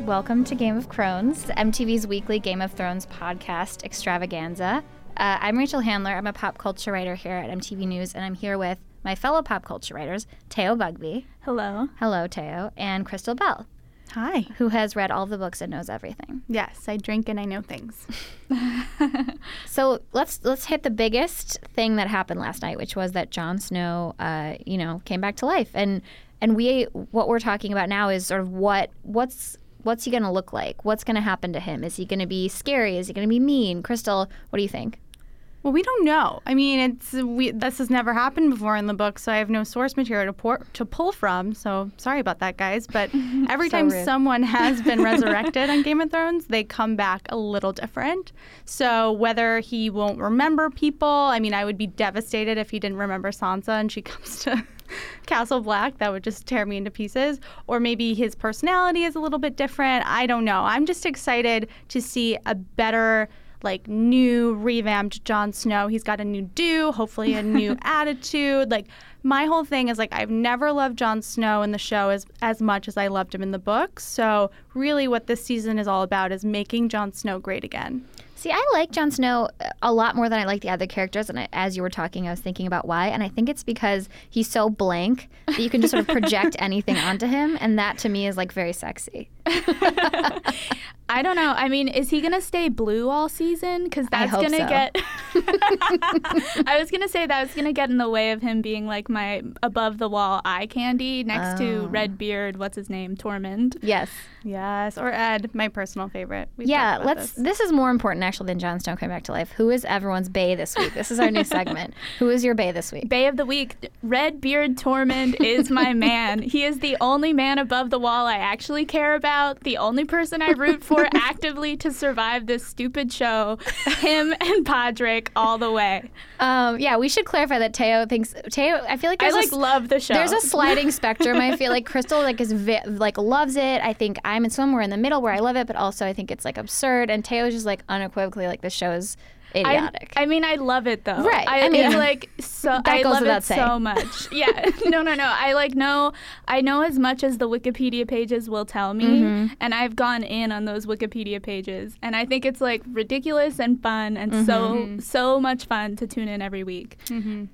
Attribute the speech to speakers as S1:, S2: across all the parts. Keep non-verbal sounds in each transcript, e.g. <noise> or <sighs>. S1: welcome to Game of Crones, MTV's weekly Game of Thrones podcast extravaganza. Uh, I'm Rachel Handler. I'm a pop culture writer here at MTV News, and I'm here with my fellow pop culture writers, Teo Bugby.
S2: Hello.
S1: Hello, Teo. And Crystal Bell,
S2: Hi.
S1: who has read all the books and knows everything.
S2: Yes, I drink and I know things.
S1: So let's let's hit the biggest thing that happened last night, which was that Jon Snow, uh, you know, came back to life, and and we what we're talking about now is sort of what what's what's he going to look like? What's going to happen to him? Is he going to be scary? Is he going to be mean? Crystal, what do you think?
S2: Well, we don't know. I mean, it's we, this has never happened before in the book, so I have no source material to pour, to pull from. So sorry about that, guys. But every time
S1: rude.
S2: someone has been resurrected on Game of Thrones, they come back a little different. So whether he won't remember people, I mean, I would be devastated if he didn't remember Sansa and she <laughs> comes to. Castle Black, that would just tear me into pieces. Or maybe his personality is a little bit different. I don't know. I'm just excited to see a better like new revamped Jon Snow. He's got a new do, hopefully a <laughs> new attitude. Like my whole thing is like I've never loved Jon Snow in the show as as much as I loved him in the books. So really what this season is all about is making Jon Snow great again.
S1: See, I like Jon Snow uh, a lot more than I like the other characters. And I, as you were talking, I was thinking about why. And I think it's because he's so blank that you can just sort of <laughs> project anything onto him. And that to me is like very <laughs> sexy.
S3: I don't know. I mean, is he gonna stay blue all season? Because that's
S1: hope
S3: gonna
S1: so.
S3: get.
S1: <laughs>
S3: <laughs> I was gonna say that was gonna get in the way of him being like my above the wall eye candy next
S1: Oh.
S3: to Redbeard. What's his name? Tormund.
S1: Yes.
S2: Yes, or Ed, my personal favorite. We've
S1: Yeah,
S2: talked about
S1: let's.
S2: this.
S1: This. is more important actually than Jon Snow coming back to life. Who is everyone's bay this week? This is our
S3: <laughs>
S1: new segment. Who is your bay this week?
S3: Bay of the Week, Redbeard Tormund
S1: <laughs>
S3: is my man. He is the only man above the wall I actually care about, the only person I root
S1: <laughs>
S3: for actively to survive this stupid show. Him and Podrick all the way.
S1: Um, yeah, we should clarify that Teo thinks Teo. I feel like
S3: I
S1: there's
S3: like
S1: a, s-
S3: love the show. <laughs>
S1: There's a sliding spectrum. I feel like Crystal like is vi- like loves it. I think I'm in somewhere in the middle where I love it, but also I think it's like absurd. And Teo's just like unequivocally like the show is
S3: I,
S1: idiotic.
S3: I mean, I love it though.
S1: Right.
S3: I,
S1: I mean,
S3: it's like
S1: <laughs>
S3: so. I
S1: goes
S3: love
S1: without
S3: it so
S1: saying. <laughs>
S3: much. Yeah. <laughs> No, no, no. I like know. I know as much as the Wikipedia pages will tell me,
S1: Mm-hmm.
S3: and I've gone in on those Wikipedia pages, and I think it's like ridiculous and fun, and
S1: Mm-hmm.
S3: so so much fun to tune in every week.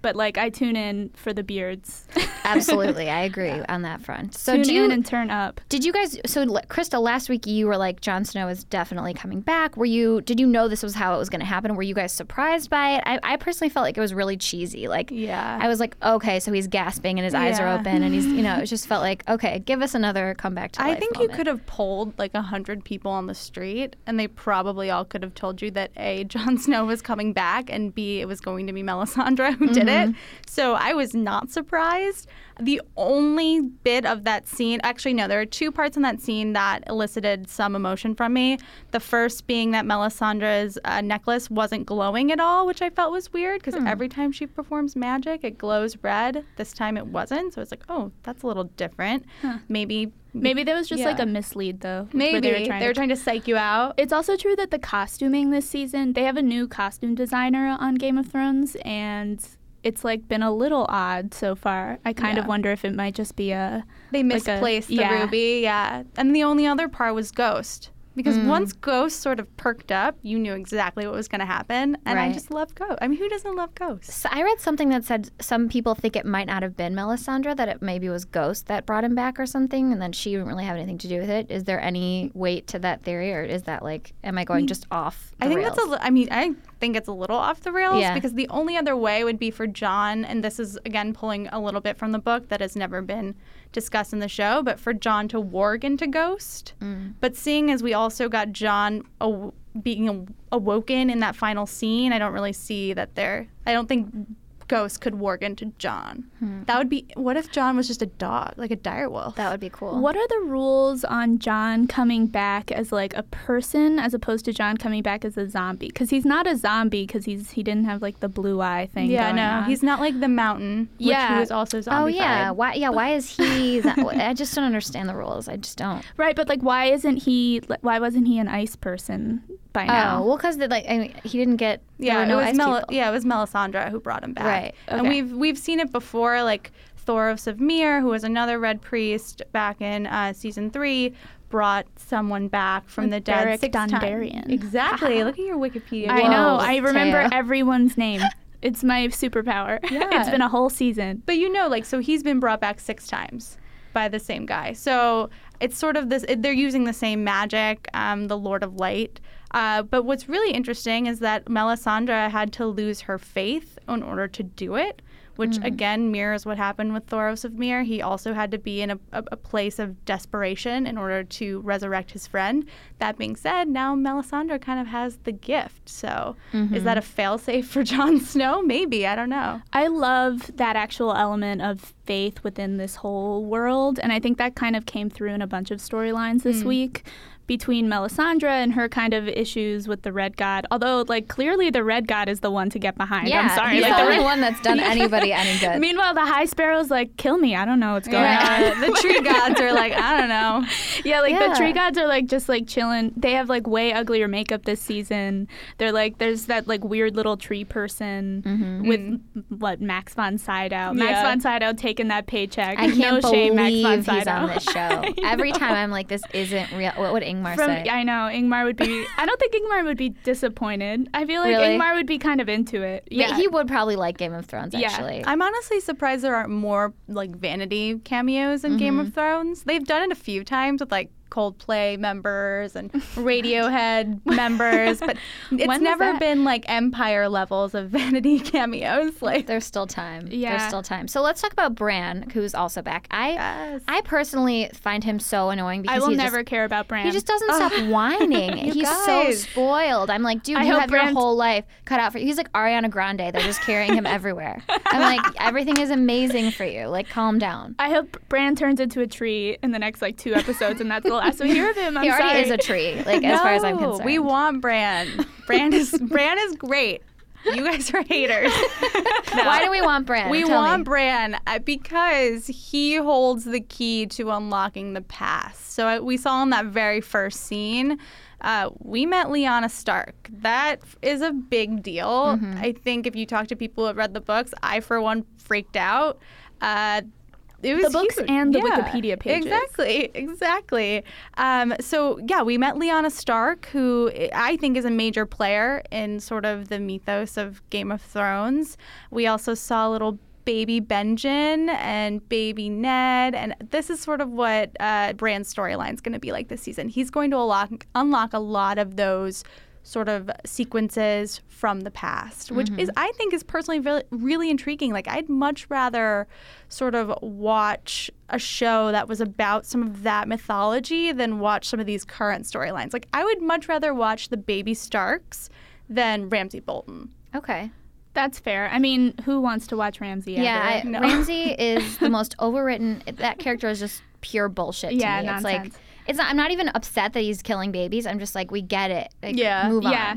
S3: But like, I tune in for the beards. <laughs>
S1: Absolutely, I agree on that front. So
S3: tune
S1: do you
S3: in and turn up.
S1: Did you guys? So, l- Krista, last week you were like, Jon Snow is definitely coming back. Were you? Did you know this was how it was going to happen? Were you guys surprised by it? I, I personally felt like it was really cheesy. Like,
S2: Yeah.
S1: I was like, okay, so he's gasping and his eyes are
S2: Yeah.
S1: open, and he's, you
S2: <laughs>
S1: know, it just felt like, okay, give us another comeback to
S2: I
S1: life.
S2: think you could have polled like a hundred people on the street, and they probably all could have told you that a Jon <laughs> Snow was coming back, and b it was going to be Melisandre who did it.
S1: Mm-hmm.
S2: So I was not surprised. The only bit of that scene, actually, no, there are two parts in that scene that elicited some emotion from me. The first being that Melisandre's uh, necklace wasn't glowing at all, which I felt was weird
S1: Hmm.
S2: because every time she performs magic, it glows red. This time it wasn't, so it's like, oh, that's a little different. Maybe.
S3: Maybe that was just like
S2: Yeah.
S3: a mislead though. where
S2: Maybe
S3: they were trying to
S2: psych you out.
S3: It's also true that the costuming this season, they have a new costume designer on Game of Thrones and it's like been a little odd so far. I kind of
S2: Yeah.
S3: wonder if it might just be a
S2: They
S3: like a-
S2: misplaced the
S3: yeah.
S2: ruby, yeah. And the only other part was Ghost. Because
S3: Mm.
S2: once Ghost sort of perked up, you knew exactly what was going to happen. And I
S1: Right.
S2: just love Ghost. I mean, who doesn't love Ghost?
S1: So I read something that said some people think it might not have been Melisandre, that it maybe was Ghost that brought him back or something, and then she didn't really have anything to do with it. Is there any weight to that theory, or is that like, am I going just off? The
S2: I think
S1: rails?
S2: that's a. li- I mean, I think it's a little off the rails
S1: Yeah.
S2: because the only other way would be for John, and this is again pulling a little bit from the book that has never been discussed in the show, but for John to warg into Ghost.
S1: Mm.
S2: But seeing as we also got John aw- being aw- awoken in that final scene, I don't really see that there. I don't think Ghost could warg into John. That would be. What if John was just a dog, like a dire wolf?
S1: Hmm. that would be cool.
S3: What are the rules on John coming back as like a person as opposed to John coming back as a zombie? Cuz he's not a zombie cuz he's he didn't have like the blue eye thing
S2: yeah,
S3: going
S2: no,
S3: on.
S2: he's not like the mountain, which yeah.
S3: Yeah.
S2: he was also zombified.
S1: Oh yeah, why? Yeah, why is
S3: <laughs>
S1: he? that- I just don't understand the rules. I just don't.
S3: right, but like why isn't he why wasn't he an ice person by now?
S1: Oh well, because like I mean, he didn't get. there
S2: Yeah,
S1: were no
S2: it was
S1: ice
S2: Mel-
S1: people.
S2: yeah, it was Melisandre who brought him back.
S1: Right,
S2: And
S1: okay.
S2: we've we've seen it before like Thor of Sevmir, who was another Red Priest back in uh, season three, brought someone back from the dead
S3: Beric
S2: six times.
S1: <laughs>
S3: Dondarrion.
S2: Exactly. Look at your Wikipedia.
S3: I know. I
S1: Whoa,
S3: remember
S1: Taya.
S3: everyone's name. It's my superpower. <laughs>
S2: Yeah.
S3: it's been a whole season.
S2: But you know, like, so he's been brought back six times by the same guy. So it's sort of this, it, they're using the same magic, um, the Lord of Light. Uh, but what's really interesting is that Melisandre had to lose her faith in order to do it, which again mirrors what happened with Thoros of Mir. He also had to be in a, a, a place of desperation in order to resurrect his friend. That being said, now Melisandre kind of has the gift. So is that a failsafe <laughs> for Jon Snow? Maybe. I don't know.
S3: I love that actual element of faith within this whole world, and I think that kind of came through in a bunch of storylines this week between Melisandre and her kind of issues with the Red God. Although, like clearly, the Red God is the one to get behind.
S1: Yeah,
S3: I'm sorry,
S1: he's
S3: like
S1: the
S3: the
S1: only
S3: Red-
S1: one that's
S3: <laughs>
S1: done anybody any good.
S3: Meanwhile, the High Sparrow's like, "Kill me! I don't know what's going
S1: Yeah.
S2: <laughs>
S3: on."
S2: Uh, the tree gods are like, I don't know.
S3: <laughs> Yeah, like
S1: Yeah.
S3: the tree gods are like just like chilling. They have like way uglier makeup this season. They're like there's that like weird little tree person
S1: Mm-hmm.
S3: with what Max von Sydow. Max
S2: Yeah.
S3: von Sydow taking that paycheck.
S1: I can't
S3: no shame,
S1: believe
S3: Max von
S1: he's
S3: Sydow.
S1: on this show. Every time I'm like, this isn't real. What would Ingmar
S3: <laughs> From,
S1: say?
S3: I know Ingmar would be. I don't think Ingmar would be disappointed. I feel like
S1: Really?
S3: Ingmar would be kind of into it.
S1: Yeah,
S3: Yeah,
S1: he would probably like Game of Thrones.
S3: Yeah.
S1: Actually,
S2: I'm honestly surprised there aren't more like vanity cameos in Game of Thrones. They've done it a few times with like Coldplay members and <laughs> Radiohead members, but it's
S3: was
S2: never
S3: that?
S2: been like Empire levels of <laughs> vanity cameos. Like,
S1: there's still time. there's
S3: Yeah.
S1: still time. So let's talk about Bran, who's also back. I I personally find him so annoying because
S3: I will
S1: he
S3: never
S1: Just,
S3: care about Bran.
S1: he just doesn't stop whining. He's so
S2: guys.
S1: spoiled. I'm like, dude,
S3: I
S1: you
S3: hope
S1: have your
S3: Bran's-
S1: whole life cut out for you. He's like Ariana Grande. They're just carrying him everywhere. I'm like, everything is amazing for you. Like, calm down.
S3: I hope Bran turns into a tree in the next like two episodes, and that's the last we hear
S1: <laughs>
S3: of him. I'm
S1: he already
S3: sorry.
S1: is a tree. Like, as far as I'm
S2: No,
S1: concerned,
S2: we want Bran. Bran is Bran is great. You guys are <laughs> haters.
S1: Why do we want Bran?
S2: We
S1: Tell me.
S2: want Bran uh, because he holds the key to unlocking the past. So uh, we saw in that very first scene, uh, we met Lyanna Stark. That f- is a big deal.
S1: Mm-hmm.
S2: I think if you talk to people who have read the books, I for one freaked out. Uh, it was
S3: books
S2: huge.
S3: and the
S2: Yeah.
S3: Wikipedia pages.
S2: Exactly, exactly. Um, so yeah, we met Lyanna Stark, who I- I think is a major player in sort of the mythos of Game of Thrones. We also saw little baby Benjen and baby Ned, and this is sort of what uh, Bran's storyline is going to be like this season. He's going to unlock unlock a lot of those sort of sequences from the past, which is
S1: Mm-hmm.
S2: I think is personally really, really intriguing. Like I'd much rather sort of watch a show that was about some of that mythology than watch some of these current storylines. Like I would much rather watch the baby Starks than Ramsey Bolton.
S1: Okay.
S3: That's fair. I mean, who wants to watch Ramsey?
S1: Yeah, I,
S3: <laughs>
S2: No.
S1: Ramsey is the most overwritten. That character is just pure bullshit. To
S3: Yeah,
S1: me. It's like
S3: nonsense.
S1: it's not. I'm not even upset that he's killing babies. I'm just like, we get it. Like,
S2: Yeah,
S1: move on.
S3: yeah.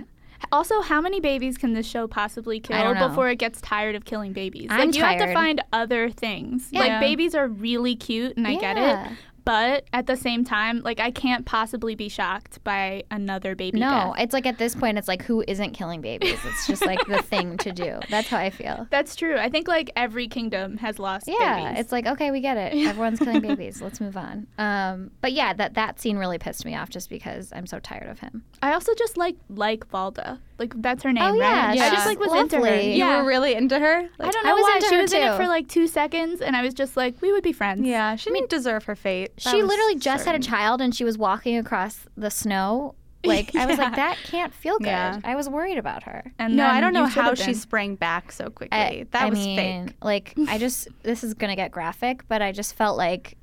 S3: Also, how many babies can this show possibly
S1: I
S3: kill
S1: don't know.
S3: before it gets tired of killing babies?
S1: I'm
S3: like you have
S1: tired.
S3: to find other things. Like
S2: Yeah.
S3: babies are really cute and I get
S1: Yeah.
S3: it. But at the same time, like I can't possibly be shocked by another baby.
S1: No,
S3: death.
S1: it's like at this point, it's like who isn't killing babies? It's just like the thing to do. That's how I
S2: <laughs>
S1: feel.
S3: That's true. I think like every kingdom has lost
S1: Yeah,
S3: babies.
S1: it's like okay, we get it. Everyone's killing babies. Let's move on. Um, but yeah, that that scene really pissed me off just because I'm so tired of him.
S3: I also just like like Valda. Like that's her name,
S1: Oh, yeah,
S3: right? I
S2: she's
S3: just like was into her.
S1: lovely.
S2: You
S3: Yeah.
S2: were really into her?
S3: I
S2: Like,
S3: don't
S1: I
S3: know
S1: was
S3: why
S1: into
S3: she
S1: her,
S3: was in it
S1: too.
S3: for like two seconds, and I was just like, we would be friends.
S2: yeah, she didn't deserve her fate. That
S1: she
S2: was
S1: literally just had a
S2: certain.
S1: child and she was walking across the snow. Like I was like,
S2: <laughs>
S3: Yeah.
S1: that can't feel good.
S2: Yeah.
S1: I was worried about her.
S3: And
S2: No,
S3: then
S2: I don't
S3: you
S2: know
S3: should
S2: how
S3: have
S2: she
S3: been.
S2: sprang back so quickly.
S1: I-
S2: that
S1: Eh, I
S2: was
S1: mean,
S2: fake. <laughs>
S1: Like I just this is gonna get graphic, but I just felt like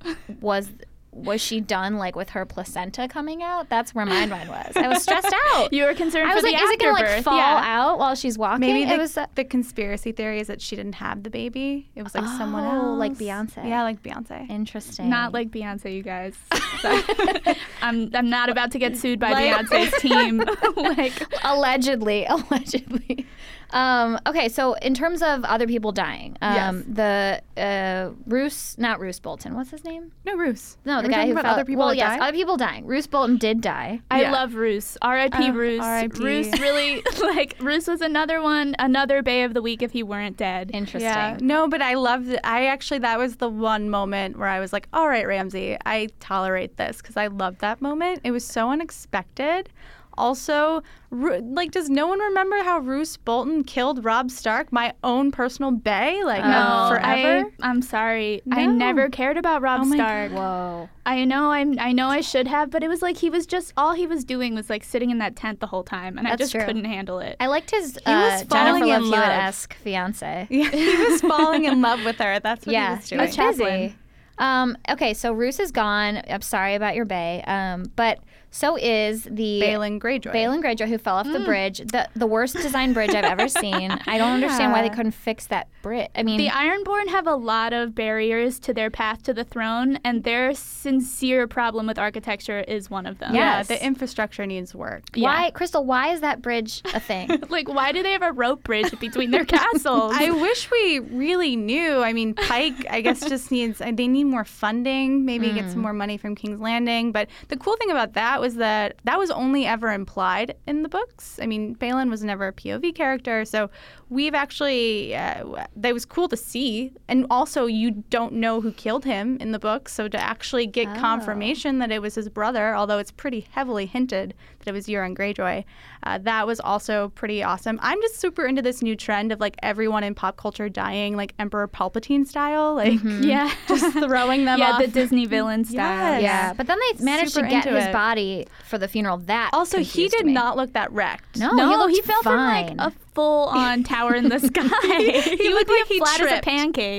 S1: was was she done like with her placenta coming out? That's where my mind was. I was
S2: <laughs>
S1: stressed out.
S3: <laughs> You were concerned
S1: I
S3: for
S1: was
S3: the
S1: like, is it gonna like
S3: afterbirth,
S1: fall
S3: yeah.
S1: out while she's walking?
S2: Maybe
S1: it
S2: the,
S1: was uh,
S2: the conspiracy theory is that she didn't have the baby. It was like someone
S1: Oh,
S2: else,
S1: like Beyonce.
S2: Yeah, like Beyonce.
S1: interesting.
S3: Not like Beyonce, you
S2: <laughs>
S3: guys. So- <laughs> I'm I'm not about to get sued by
S2: Like- <laughs>
S3: Beyonce's team. <laughs> like
S1: allegedly <laughs> allegedly um, okay so in terms of other people dying um, the uh, roos not roos bolton what's his name
S2: No, Roos.
S1: no the the
S2: we
S1: guy
S2: talking
S1: who
S2: about
S1: fell-
S2: other people
S1: Well,
S2: that
S1: yes,
S2: died?
S1: other people dying. Roose Bolton did die.
S3: I
S2: Yeah.
S3: love Roos. R.I.P.
S2: Oh,
S3: Roos.
S2: R.I.P..
S3: Roos really <laughs> like Roos was another one, another Bay of the Week if he weren't dead.
S1: Interesting.
S2: Yeah. No, but I loved I actually that was the one moment where I was like, "All right, Ramsey, I tolerate this" cuz I loved that moment. It was so unexpected. Also, Ru- like does no one remember how Roose Bolton killed Rob Stark, my own personal bay? Like
S1: No,
S2: Oh. forever?
S3: I, am sorry. I
S2: No.
S3: never cared about Rob
S2: Oh my
S3: Stark.
S1: Whoa.
S3: I know I'm I know I should have, but it was like he was just all he was doing was like sitting in that tent the whole time and I
S1: That's
S3: just
S1: true.
S3: couldn't handle it.
S1: I liked his
S2: was
S1: uh, Jennifer
S2: falling
S1: Love
S2: in love.
S1: Hewitt-esque fiance.
S2: yeah, <laughs> he was falling in love with her. That's what he
S1: yeah,
S2: was doing.
S1: it's busy. Um, okay, so Roos is gone. I'm sorry about your bay, um, but so is the
S2: Balin Mm. Greyjoy.
S1: Balin Greyjoy who fell off the bridge. The the worst design bridge I've ever seen. I don't understand why they
S2: Yeah. uh,
S1: couldn't fix that bridge. I mean,
S3: the Ironborn have a lot of barriers to their path to the throne, and their sincere problem with architecture is one of them.
S2: Yeah,
S1: Yes.
S2: the infrastructure needs work.
S1: why, Crystal? Why is that bridge a
S2: <laughs>
S1: thing?
S3: Like, why do they have a rope bridge between their castles?
S2: I <laughs> wish we really knew. I mean, Pike, I guess, <laughs> just needs, uh, they need more funding, maybe get some more money from King's Landing. But the cool thing about that was that that was only ever implied in the books. I mean, Balin was never a POV character. So we've actually, uh, that was cool to see. And also, you don't know who killed him in the books. So to actually get confirmation that it was his brother, although it's pretty heavily hinted that it was Euron Greyjoy, uh, that was also pretty awesome. I'm just super into this new trend of like everyone in pop culture dying like Emperor Palpatine style, like
S3: <laughs> yeah,
S2: just <laughs>
S3: <laughs>
S2: throwing them
S3: yeah,
S2: off.
S3: the Disney villain style.
S2: Yes.
S1: yeah, but then they managed
S2: Super
S1: to get
S2: into
S1: his
S2: it.
S1: body for the funeral. That
S2: also, he
S1: confused
S2: did
S1: me.
S2: not look that wrecked.
S1: No,
S3: No, he,
S1: looked
S3: fell
S1: fine.
S3: from like a full-on tower
S2: <laughs>
S3: in the sky. <laughs> he, would
S2: looked
S3: be
S2: like he
S3: flat as a
S2: tripped.
S3: pancake.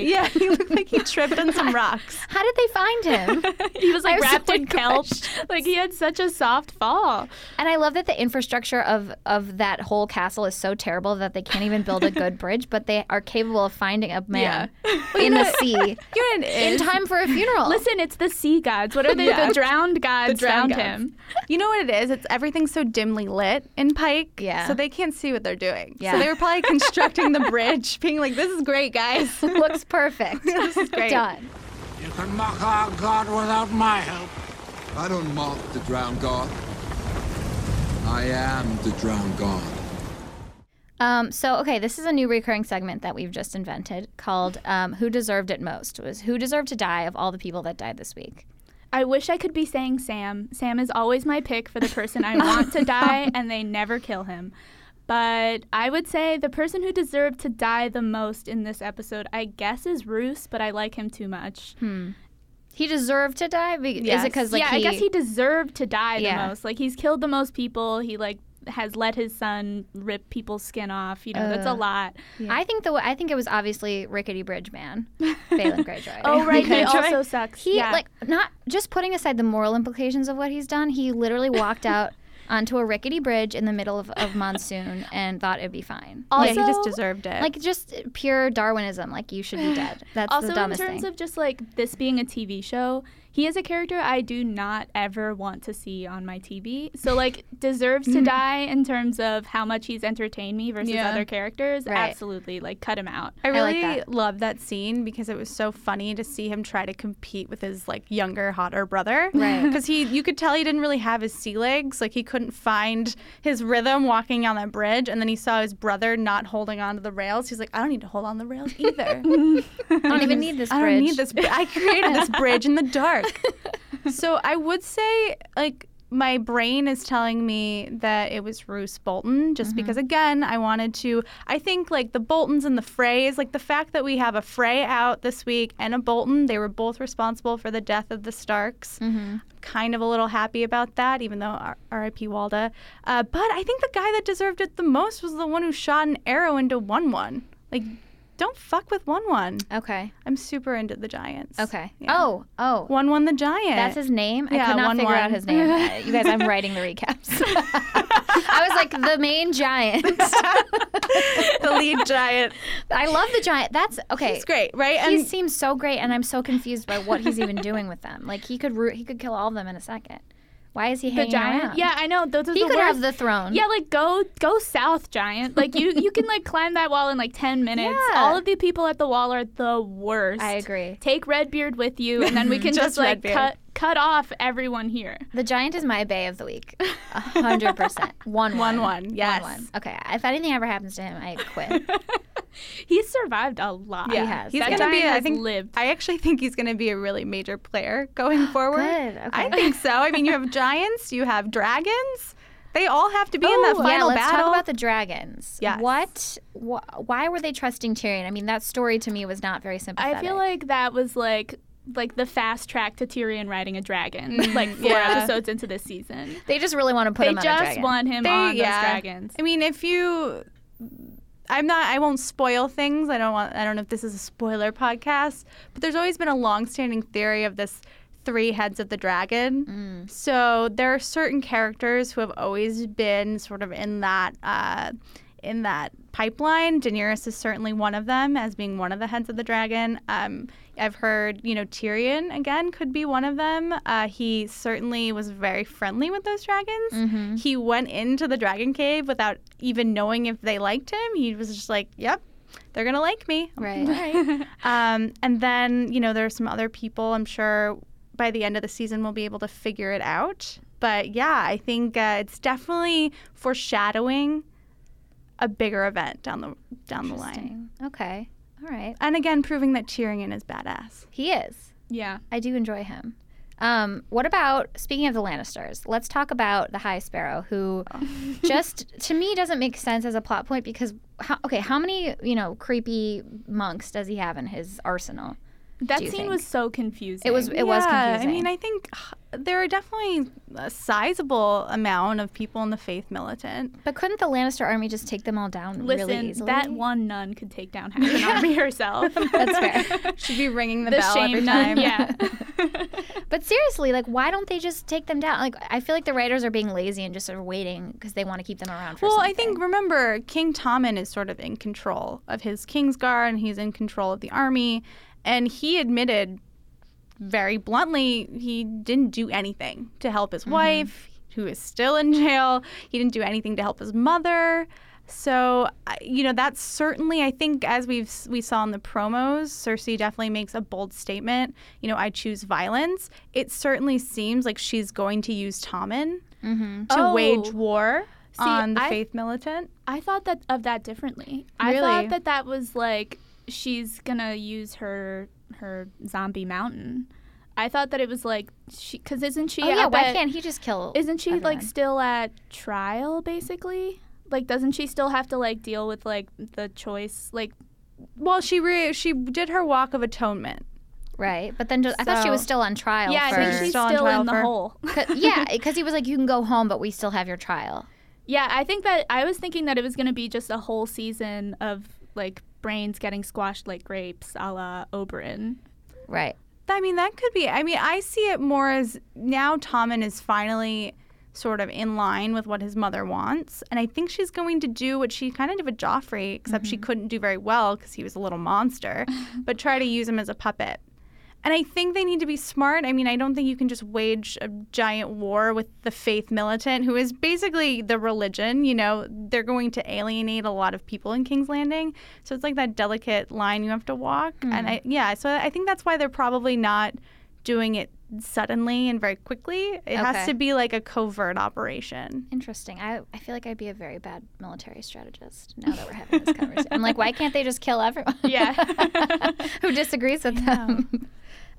S2: <laughs> Yeah, he looked like he tripped on <laughs> some rocks.
S1: How did they find him?
S3: He was
S1: I
S3: like
S1: have so
S3: wrapped in
S1: many
S3: kelp. <laughs> Like he had such a soft fall.
S1: And I love that the infrastructure of of that whole castle is so terrible that they can't even build a
S3: <laughs>
S1: good bridge, but they are capable of finding a man <laughs> in
S3: <laughs>
S1: the sea
S2: You're an
S1: in time for a funeral.
S3: Listen, it's the sea gods. What are they?
S2: Yeah.
S3: The drowned gods
S2: drowned
S3: found
S2: gods.
S3: him.
S2: You know what it is? It's everything's so dimly lit in Pike.
S1: Yeah.
S2: So they can't see what they're doing.
S1: Yeah.
S2: So they were probably constructing the bridge, being like, this is great, <laughs>
S1: <laughs>
S2: guys.
S1: Looks
S3: <laughs>
S1: perfect.
S2: this is great.
S1: Done.
S4: You can mock our God without my help.
S5: I don't mock the drowned god. I am the drowned god.
S1: Um, so okay, this is a new recurring segment that we've just invented called um, "Who Deserved It Most." Was who deserved to die of all the people that died this week?
S3: I wish I could be saying Sam. Sam is always my pick for the person I want to die, and they never kill him. But I would say the person who deserved to die the most in this episode, I guess, is Roos, but I like him too much.
S1: He deserved to die. Be- Is it because like
S3: yeah, I guess he deserved to die the
S1: Yeah.
S3: most. Like he's killed the most people. He like has let his son rip people's skin off. You know, that's a
S1: Ugh.
S3: lot.
S1: I think the I think it was obviously Rickety Bridge Man, Balin Greyjoy.
S3: <laughs> Oh right, he
S2: Okay.
S3: also sucks.
S1: He
S3: yeah.
S1: like not just putting aside the moral implications of what he's done. He literally walked
S2: <laughs>
S1: out onto a rickety bridge in the middle of, of monsoon and thought it'd be fine.
S2: yeah, he just
S3: Also,
S2: deserved it.
S1: Like just pure Darwinism. Like you should
S2: <sighs>
S1: be dead. That's
S3: also
S1: the
S3: in
S1: dumbest
S3: terms
S1: thing.
S3: of just like this being a TV show, he is a character I do not ever want to see on my TV.
S1: <laughs>
S3: So like deserves to die in terms of how much he's entertained me versus
S2: Yeah.
S3: other characters.
S1: Right.
S3: Absolutely, like cut him out.
S2: I
S1: I like
S2: really
S1: that.
S2: loved that scene because it was so funny to see him try to compete with his like younger, hotter brother.
S1: Right.
S2: <laughs> Because he, you could tell he didn't really have his sea legs. Like he couldn't find his rhythm walking on that bridge. And then he saw his brother not holding on to the rails. He's like, I don't need to hold on the rails
S1: <laughs>
S2: either.
S1: I don't even need this
S2: I
S1: bridge.
S2: don't need this. br- I created
S1: <laughs>
S2: this bridge in the dark. So I would say, like, my brain is telling me that it was Roose Bolton,
S1: Mm-hmm.
S2: just because, again, I wanted to. I think, like, the Boltons and the Freys, like, the fact that we have a Frey out this week and a Bolton, they were both responsible for the death of the Starks.
S1: Mm. Mm-hmm.
S2: I'm Kind of a little happy about that, even though R- R.I.P. Walda. Uh, but I think the guy that deserved it the most was the one who shot an arrow into 1 1. Like, don't fuck with 1 1.
S1: Okay.
S2: I'm super into the Giants.
S1: Okay.
S2: Yeah.
S1: Oh. Oh.
S2: One won the Giant.
S1: That's
S2: <laughs>
S1: his name. I
S2: Yeah,
S1: could not
S2: one,
S1: figure out
S2: one.
S1: his name.
S2: <laughs>
S1: Uh, you guys, I'm writing the recaps. I was like the main giant.
S2: <laughs> the lead Giant.
S1: I love the giant. That's okay.
S2: It's great, right?
S1: he
S2: And
S1: seems so great, and I'm so confused by what he's even doing with them. Like he could root, he could kill all of them in a second. Why is he
S3: The
S1: hanging
S3: giant.
S1: around?
S3: Yeah, I know. Those are
S1: he
S3: the
S1: could
S3: worst.
S1: have the throne.
S3: Yeah, like go go
S1: <laughs>
S3: south, giant. Like you you can like climb that wall in like ten minutes.
S1: Yeah.
S3: All of the people at the wall are the worst.
S1: I agree. <laughs>
S3: Take Redbeard with you, and then we can just,
S2: Just
S3: like
S2: Redbeard.
S3: cut cut off everyone here.
S1: The giant is my bay of the week. A hundred
S3: <laughs>
S1: percent. One one.
S2: One, one, yes.
S1: one. Okay. If anything ever happens to him, I
S3: <laughs>
S1: quit. <laughs>
S3: He's survived a lot.
S1: Yeah. has.
S2: He's
S3: That
S2: gonna be.
S3: giant
S2: I
S3: has
S2: think.
S3: lived.
S2: I actually think he's gonna be a really major player going
S1: <gasps>
S2: forward.
S1: Good, okay.
S2: I think so. I mean,
S1: <laughs>
S2: you have giants. You have dragons. They all have to be in that
S1: yeah,
S2: final
S1: let's
S2: battle.
S1: talk about the dragons.
S2: Yes.
S1: What? Wh- why were they trusting Tyrion? I mean, that story to me was not very sympathetic.
S3: I feel like that was like like the fast track to Tyrion riding a dragon. like four
S2: yeah.
S3: episodes into this season,
S1: they just really want to Mm-hmm. put
S3: they
S1: him on a
S3: just
S1: dragon.
S3: want him
S2: They-
S3: on
S2: yeah.
S3: those dragons.
S2: I mean, if you, I'm not. I won't spoil things. I don't want. I don't know if this is a spoiler podcast, but there's always been a long-standing theory of this three heads of the dragon. So there are certain characters who have always been sort of in that. Uh, in that pipeline, Daenerys is certainly one of them, as being one of the heads of the dragon. Um, I've heard, you know, Tyrion again could be one of them. Uh, he certainly was very friendly with those dragons.
S1: Mm-hmm.
S2: He went into the dragon cave without even knowing if they liked him. He was just like, "Yep, they're gonna like me."
S1: Right.
S2: Um, and then, you know, there are some other people I'm sure by the end of the season we'll be able to figure it out. But yeah, I think uh, it's definitely foreshadowing a bigger event down the down the line.
S1: Interesting. Okay. All right.
S2: And again, proving that Tyrion is badass.
S1: He is.
S3: <laughs> Yeah.
S1: I do enjoy him. Um, what about speaking of the Lannisters? Let's talk about the High Sparrow, who just to me doesn't make sense as a plot point because how, okay, how many you know creepy monks does he have in his arsenal?
S3: That
S1: do
S3: scene
S1: you think?
S3: was so confusing.
S1: It was it was
S2: Yeah,
S1: confusing.
S2: I mean, I think ugh, there are definitely a sizable amount of people in the faith militant.
S1: but couldn't the Lannister army just take them all down
S3: Listen,
S1: really easily?
S3: that one nun could take down half an
S1: <laughs>
S3: army herself.
S1: That's fair.
S2: Should be ringing the,
S3: <laughs> the
S2: bell every
S3: shame nun.
S2: time.
S3: Yeah.
S1: <laughs> But seriously, like, why don't they just take them down? Like, I feel like the writers are being lazy and just sort of waiting because they want to keep them around for
S2: Well, I
S1: something.
S2: think remember King Tommen is sort of in control of his Kingsguard and he's in control of the army and he admitted very bluntly he didn't do anything to help his wife who is still in jail. He didn't do anything to help his mother. So, I- you know, that's certainly I think as we've s- we saw in the promos, Cersei definitely makes a bold statement, you know, I choose violence. It certainly seems like she's going to use Tommen
S1: Mm-hmm.
S2: to
S3: Oh.
S2: wage war on the
S3: I-
S2: faith militant.
S3: I thought that of that differently. I
S2: Really?
S3: thought that that was like she's gonna use her her zombie mountain. I thought that it was like she because isn't she?
S1: Oh, yeah,
S3: up
S1: why
S3: at-
S1: can't he just kill?
S3: Isn't she
S1: everyone?
S3: like still at trial basically? Like, doesn't she still have to like deal with like the choice? Like,
S2: Well, she re- she did her walk of atonement.
S1: right? But then just, I thought she was
S2: So-
S1: still on trial.
S3: yeah, I
S1: for,
S3: think she's
S2: Still on
S3: still,
S2: trial
S3: in the
S2: for-
S3: hole. <laughs>
S1: <laughs> Cause, yeah, because he was like, you can go home, but we still have your trial.
S3: Yeah, I think that I was thinking that it was gonna be just a whole season of like brains getting squashed like grapes, a la Oberyn.
S1: Right.
S2: I mean, that could be. I mean, I see it more as now Tommen is finally sort of in line with what his mother wants, and I think she's going to do what she kind of did with Joffrey, except she couldn't do very well because he was a little <laughs> monster, but try to use him as a puppet. And I think they need to be smart. I mean, I don't think you can just wage a giant war with the faith militant, who is basically the religion. You know, they're going to alienate a lot of people in King's Landing. So it's like that delicate line you have to walk.
S1: Mm-hmm.
S2: And I, yeah, so I think that's why they're probably not doing it suddenly and very quickly. It
S1: Okay.
S2: has to be like a covert operation.
S1: Interesting. I, I feel like I'd be a very bad military strategist now that we're having this conversation. I'm like, why can't they just kill everyone?
S3: Yeah.
S1: <laughs> Who disagrees with them?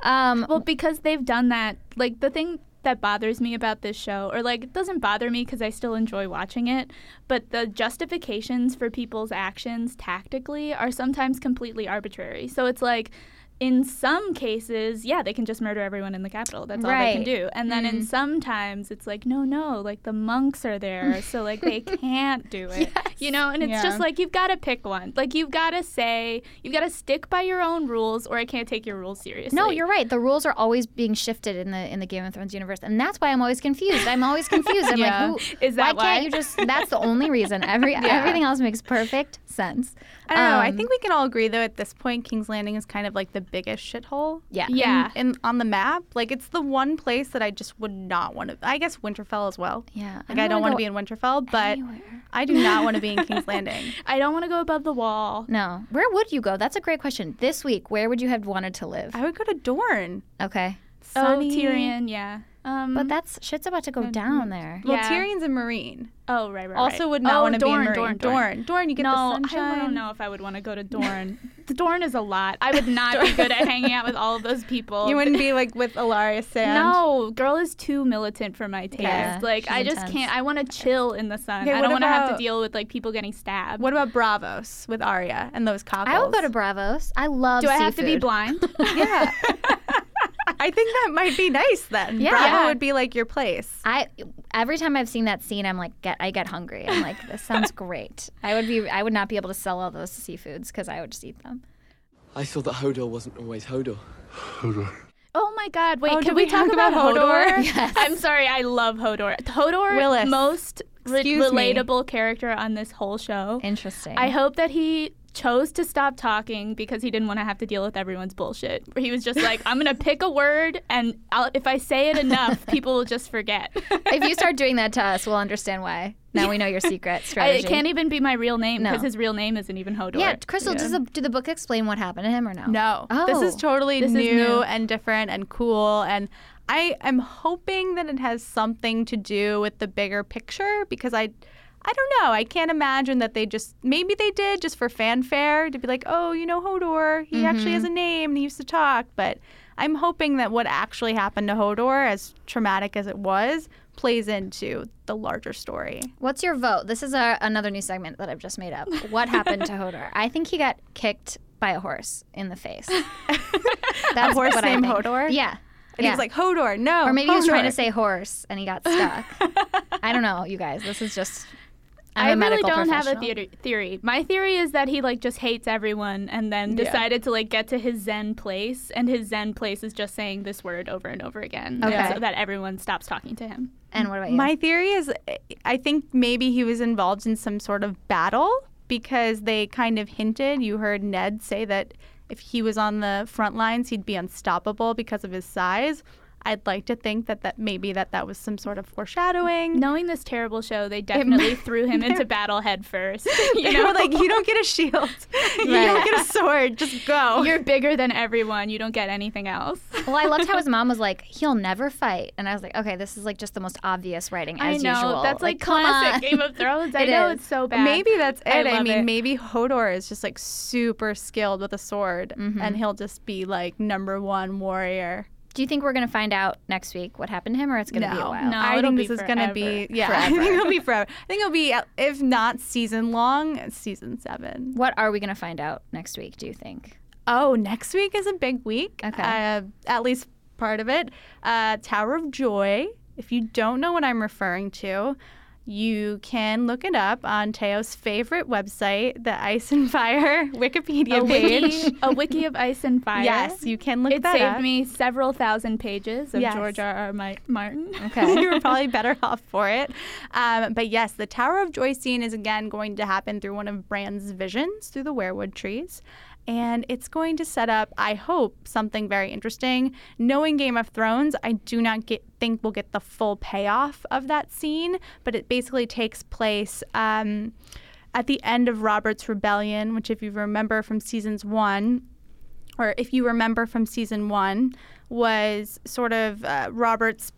S1: Um,
S3: Well, because they've done that. Like the thing that bothers me about this show, or like it doesn't bother me because I still enjoy watching it, but the justifications for people's actions tactically are sometimes completely arbitrary. So it's like. In some cases, yeah, they can just murder everyone in the capital. That's all they can
S1: Right. Mm.
S3: do. And then in some times, it's like, no, no, like the monks are there, so
S1: <laughs>
S3: like they can't do it. You know, and it's
S2: Yeah.
S3: just like you've got to pick one. Like you've got to say, you've got to stick by your own rules, or I can't take your rules seriously.
S1: No, you're right. The rules are always being shifted in the in the Game of Thrones universe, and that's why I'm always confused. I'm always confused. I'm
S2: Yeah.
S1: like, who
S3: Is that
S1: why,
S3: why?
S1: can't you just? That's the only reason. <laughs> Every everything else makes perfect sense.
S2: I don't know. I
S1: Um,
S2: think we can all agree, though, at this point, King's Landing is kind of like the biggest shithole.
S1: Yeah.
S3: Yeah.
S2: in on the map. Like it's the one place that I just would not want to. I guess Winterfell as well.
S1: Yeah.
S2: Like I don't want to be in Winterfell, but I do not want to be in
S3: <laughs>
S2: King's Landing.
S3: I don't want to go above the wall.
S1: No. Where would you go? That's a great question. This week, where would you have wanted to live?
S2: I would go to Dorne.
S1: Okay.
S3: Oh,
S2: Sunny.
S3: Tyrion, yeah. Um,
S1: But that's shit's about to go
S3: Mm-hmm.
S1: down there.
S2: Well,
S3: Yeah.
S2: Tyrion's a marine.
S3: oh right, right,
S2: Also,
S3: right.
S2: would not
S3: Oh,
S2: want to be a
S3: Dorne,
S2: marine.
S3: Dorne, Dorne.
S2: Dorne, Dorne, you get
S3: no,
S2: the sunshine.
S3: I don't know if I would want to go <laughs> to Dorne. the Dorne is a lot. I would not be good at hanging out with all of <laughs> those people.
S2: You wouldn't be like with Alaria Sand.
S3: No, girl is too militant for my taste.
S1: Yeah,
S3: like
S1: she's
S3: I just
S1: intense.
S3: can't. I want to chill in the sun.
S2: Okay,
S3: I
S2: what
S3: don't want to have to
S2: about-
S3: deal with like people getting stabbed.
S2: What about Bravos with Arya and those couples?
S1: I would go to Bravos. I love
S3: Do I have to be
S1: seafood.
S3: <laughs> blind?
S2: Yeah. I think that might be nice then.
S1: Yeah.
S2: Bravo
S1: Yeah.
S2: would be like your place.
S1: I every time I've seen that scene, I'm like, get I get hungry. I'm like,
S3: <laughs>
S1: this sounds great. I would be, I would not be able to sell all those seafoods because I would just eat them.
S6: I thought that Hodor wasn't always Hodor.
S3: oh my God! Wait,
S2: Oh,
S3: can
S2: did
S3: we,
S2: we
S3: talk
S2: talk
S3: about,
S2: about
S3: Hodor?
S2: Hodor?
S1: Yes.
S3: I'm sorry. I love Hodor. Hodor,
S2: Willis.
S3: most re-
S2: Excuse me.
S3: relatable character on this whole show.
S1: Interesting.
S3: I hope that he chose to stop talking because he didn't want to have to deal with everyone's bullshit. Where he was just like, I'm gonna pick a word, and I'll, if I say it enough, people will just forget.
S1: if you
S3: <laughs>
S1: start doing that to us, we'll understand why. Now we know your secret
S3: I,
S1: strategy.
S3: it can't even be my real name because
S1: No.
S3: his real name isn't even Hodor.
S1: yeah, Crystal, does the do the book explain what happened to him or no?
S2: No.
S1: Oh.
S2: This is totally
S3: This is
S2: new,
S3: new.
S2: and different and cool. And I am hoping that it has something to do with the bigger picture because I. I don't know. I can't imagine that they just maybe they did just for fanfare to be like, oh, you know Hodor, he actually
S1: Mm-hmm.
S2: has a name and he used to talk. But I'm hoping that what actually happened to Hodor, as traumatic as it was, plays into the larger story.
S1: What's your vote? This is a, another new segment that I've just made up. What happened to Hodor?
S3: <laughs>
S1: I think he got kicked by a horse in the face. That's
S2: A horse
S1: what I
S2: named
S1: think.
S2: Hodor?
S1: Yeah. yeah.
S2: And he was like, Hodor, no.
S1: or maybe
S3: "Oh,
S1: he was trying to
S2: Hodor."
S1: say horse and he got stuck. I don't know, you guys. This is just. I'm
S3: I
S1: a
S3: really
S1: medical
S3: don't have a
S1: professional.
S3: theory. theory. My theory is that he like just hates everyone and then decided to like get to his zen place and his zen place is just saying this word over and over again
S1: Okay.
S3: so that everyone stops talking to him.
S1: And what about you?
S2: My theory is uh, I think maybe he was involved in some sort of battle because they kind of hinted. You heard Ned say that if he was on the front lines, he'd be unstoppable because of his size. I'd like to think that, that maybe that that was some sort of foreshadowing.
S3: Knowing this terrible show, they definitely threw
S1: <laughs>
S3: him into battle head first. You
S2: <laughs> You know,
S3: know,
S2: like you don't get a shield, <laughs> you don't get a sword. Just
S1: Oh.
S2: go.
S3: you're bigger than everyone. You don't get anything else.
S1: well, I loved how
S3: <laughs>
S1: his mom was like, "He'll never fight," and I was like, "Okay, this is like just the most obvious writing as usual."
S3: That's like,
S1: come
S3: classic
S1: on.
S3: Game of Thrones. I
S1: It
S3: know
S1: is.
S3: it's so bad.
S2: Maybe that's
S3: I
S2: it. I,
S3: love
S2: mean,
S3: it.
S2: maybe Hodor is just like super skilled with a sword,
S3: Mm-hmm.
S2: and he'll just be like number one warrior.
S1: <laughs> Do you think we're gonna find out next week what happened to him, or it's gonna be a
S2: No.
S1: while?
S3: No,
S2: I
S3: it'll
S2: think
S3: be
S2: this is gonna be
S3: forever.
S2: yeah. <laughs> I think it'll be forever. I think it'll be uh, if not season long, it's season seven.
S1: What are we gonna find out next week? Do you think?
S2: Oh, next week is a big week.
S1: Okay.
S2: uh, at least part of it. Uh, Tower of Joy. If you don't know what I'm referring to. You can look it up on Teo's favorite website, the Ice and Fire <laughs> Oh, Wikipedia
S3: a
S2: page.
S3: wiki, a wiki of
S1: <laughs>
S3: ice and fire.
S2: Yes, you can look
S3: It
S2: that
S3: saved
S2: up.
S3: me several thousand pages of
S2: Yes.
S3: George R. R. Mi- Martin.
S1: Okay.
S2: <laughs>
S3: <laughs>
S2: you were probably better off for it. Um, but yes, the Tower of Joy scene is again going to happen through one of Brand's visions through the werewood trees. And it's going to set up, I hope, something very interesting. Knowing Game of Thrones, I do not get, think we'll get the full payoff of that scene, but it basically takes place. Um, at the end of Robert's Rebellion, which, if you remember from seasons one, or if you remember from season one, was sort of uh, Robert's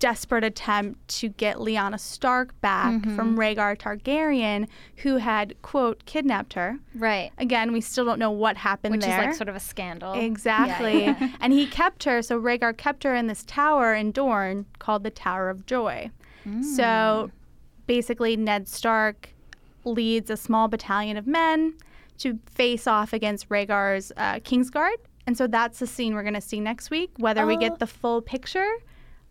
S2: desperate attempt to get Lyanna Stark back from
S1: Mm-hmm.
S2: Rhaegar Targaryen, who had, quote, kidnapped her.
S1: right.
S2: Again, we still don't know what happened
S1: Which is
S2: there.
S1: like sort of a scandal.
S2: Exactly. and he kept her, so Rhaegar kept her in this tower in Dorne called the Tower of Joy. So basically, Ned Stark leads a small battalion of men to face off against Rhaegar's uh, Kingsguard. And so that's the scene we're going to see next week. Whether we get the full picture,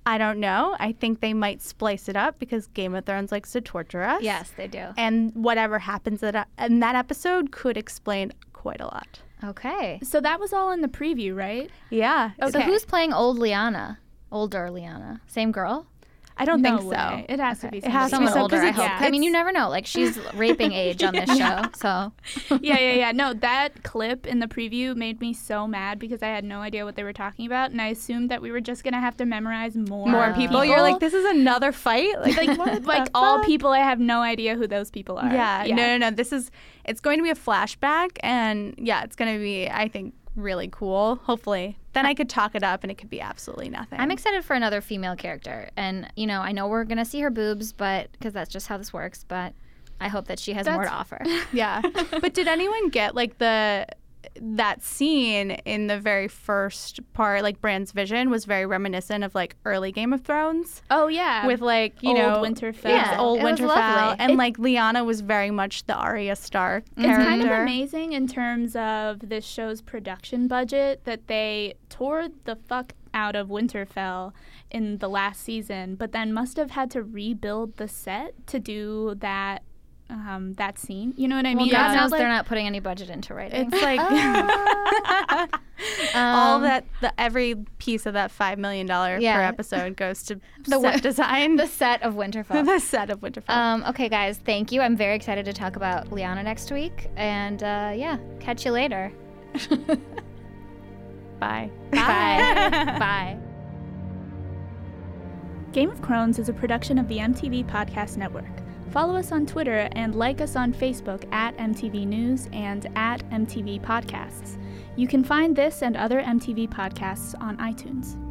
S2: I don't know. I think they might splice it up because Game of Thrones likes to torture us.
S1: Yes, they do.
S2: And whatever happens that- in that episode could explain quite a lot.
S1: Okay.
S3: So that was all in the preview, right?
S2: Yeah.
S1: So who's playing old Liana? Older Liana, same girl.
S2: I don't
S3: No
S2: think
S3: way.
S2: so.
S3: It has to be.
S2: It has to be
S1: Someone
S2: so-
S1: older,
S2: 'cause
S1: I
S2: it's-
S1: hope.
S3: yeah,
S1: I mean, you never know. Like
S2: <laughs>
S1: she's raping age on this show, so
S3: <laughs> yeah, yeah, yeah. No, that clip in the preview made me so mad because I had no idea what they were talking about, and I assumed that we were just gonna have to memorize more
S2: more
S1: Uh,
S2: people. You're like, this is another fight. Like,
S3: <laughs> like,
S2: <laughs> what
S3: like
S2: the
S3: all
S2: fuck?
S3: people. I have no idea who those people are.
S2: Yeah, No, no, no. This is. It's going to be a flashback, and yeah, it's going to be. I think really cool. Hopefully, then I could talk it up and it could be absolutely nothing.
S1: I'm excited for another female character, and you know, I know we're gonna see her boobs, but because that's just how this works. But I hope that she has more to
S2: <laughs>
S1: offer.
S2: <laughs> yeah. But did anyone get like the that scene in the very first part? Like Brand's vision was very reminiscent of like early Game of Thrones
S3: Oh yeah,
S2: with like you
S3: Old
S2: know
S3: Winterfell.
S2: Yeah,
S1: Yeah,
S2: old
S1: it was
S2: Winterfell,
S1: lovely.
S2: and
S3: It-
S2: like Lyanna was very much the Arya Stark
S3: It's
S2: character.
S3: kind of amazing in terms of this show's production budget that they tore the fuck out of Winterfell in the last season, but then must have had to rebuild the set to do that um, that scene. You know what I
S1: Well,
S3: mean?
S1: God
S3: It's
S1: knows
S3: like-
S1: they're not putting any budget into writing. Um,
S2: It's like
S1: <laughs>
S2: <laughs> all that the every piece of that five million dollar
S1: Yeah.
S2: per episode goes
S1: <laughs>
S2: to
S1: The
S2: the
S1: wi-
S2: set design,
S1: the
S2: <laughs> the,
S1: set of Winterfell.
S2: set of Winterfell.
S1: Um, okay, guys, thank you. I'm very excited to talk about Liana next week. And uh, yeah, catch you later.
S2: Bye.
S1: Bye. <laughs> Bye.
S3: Uh, Game of Crones is a production of the MTV Podcast Network. Follow us on Twitter and like us on Facebook at MTV News and at MTV Podcasts. You can find this and other MTV podcasts on iTunes.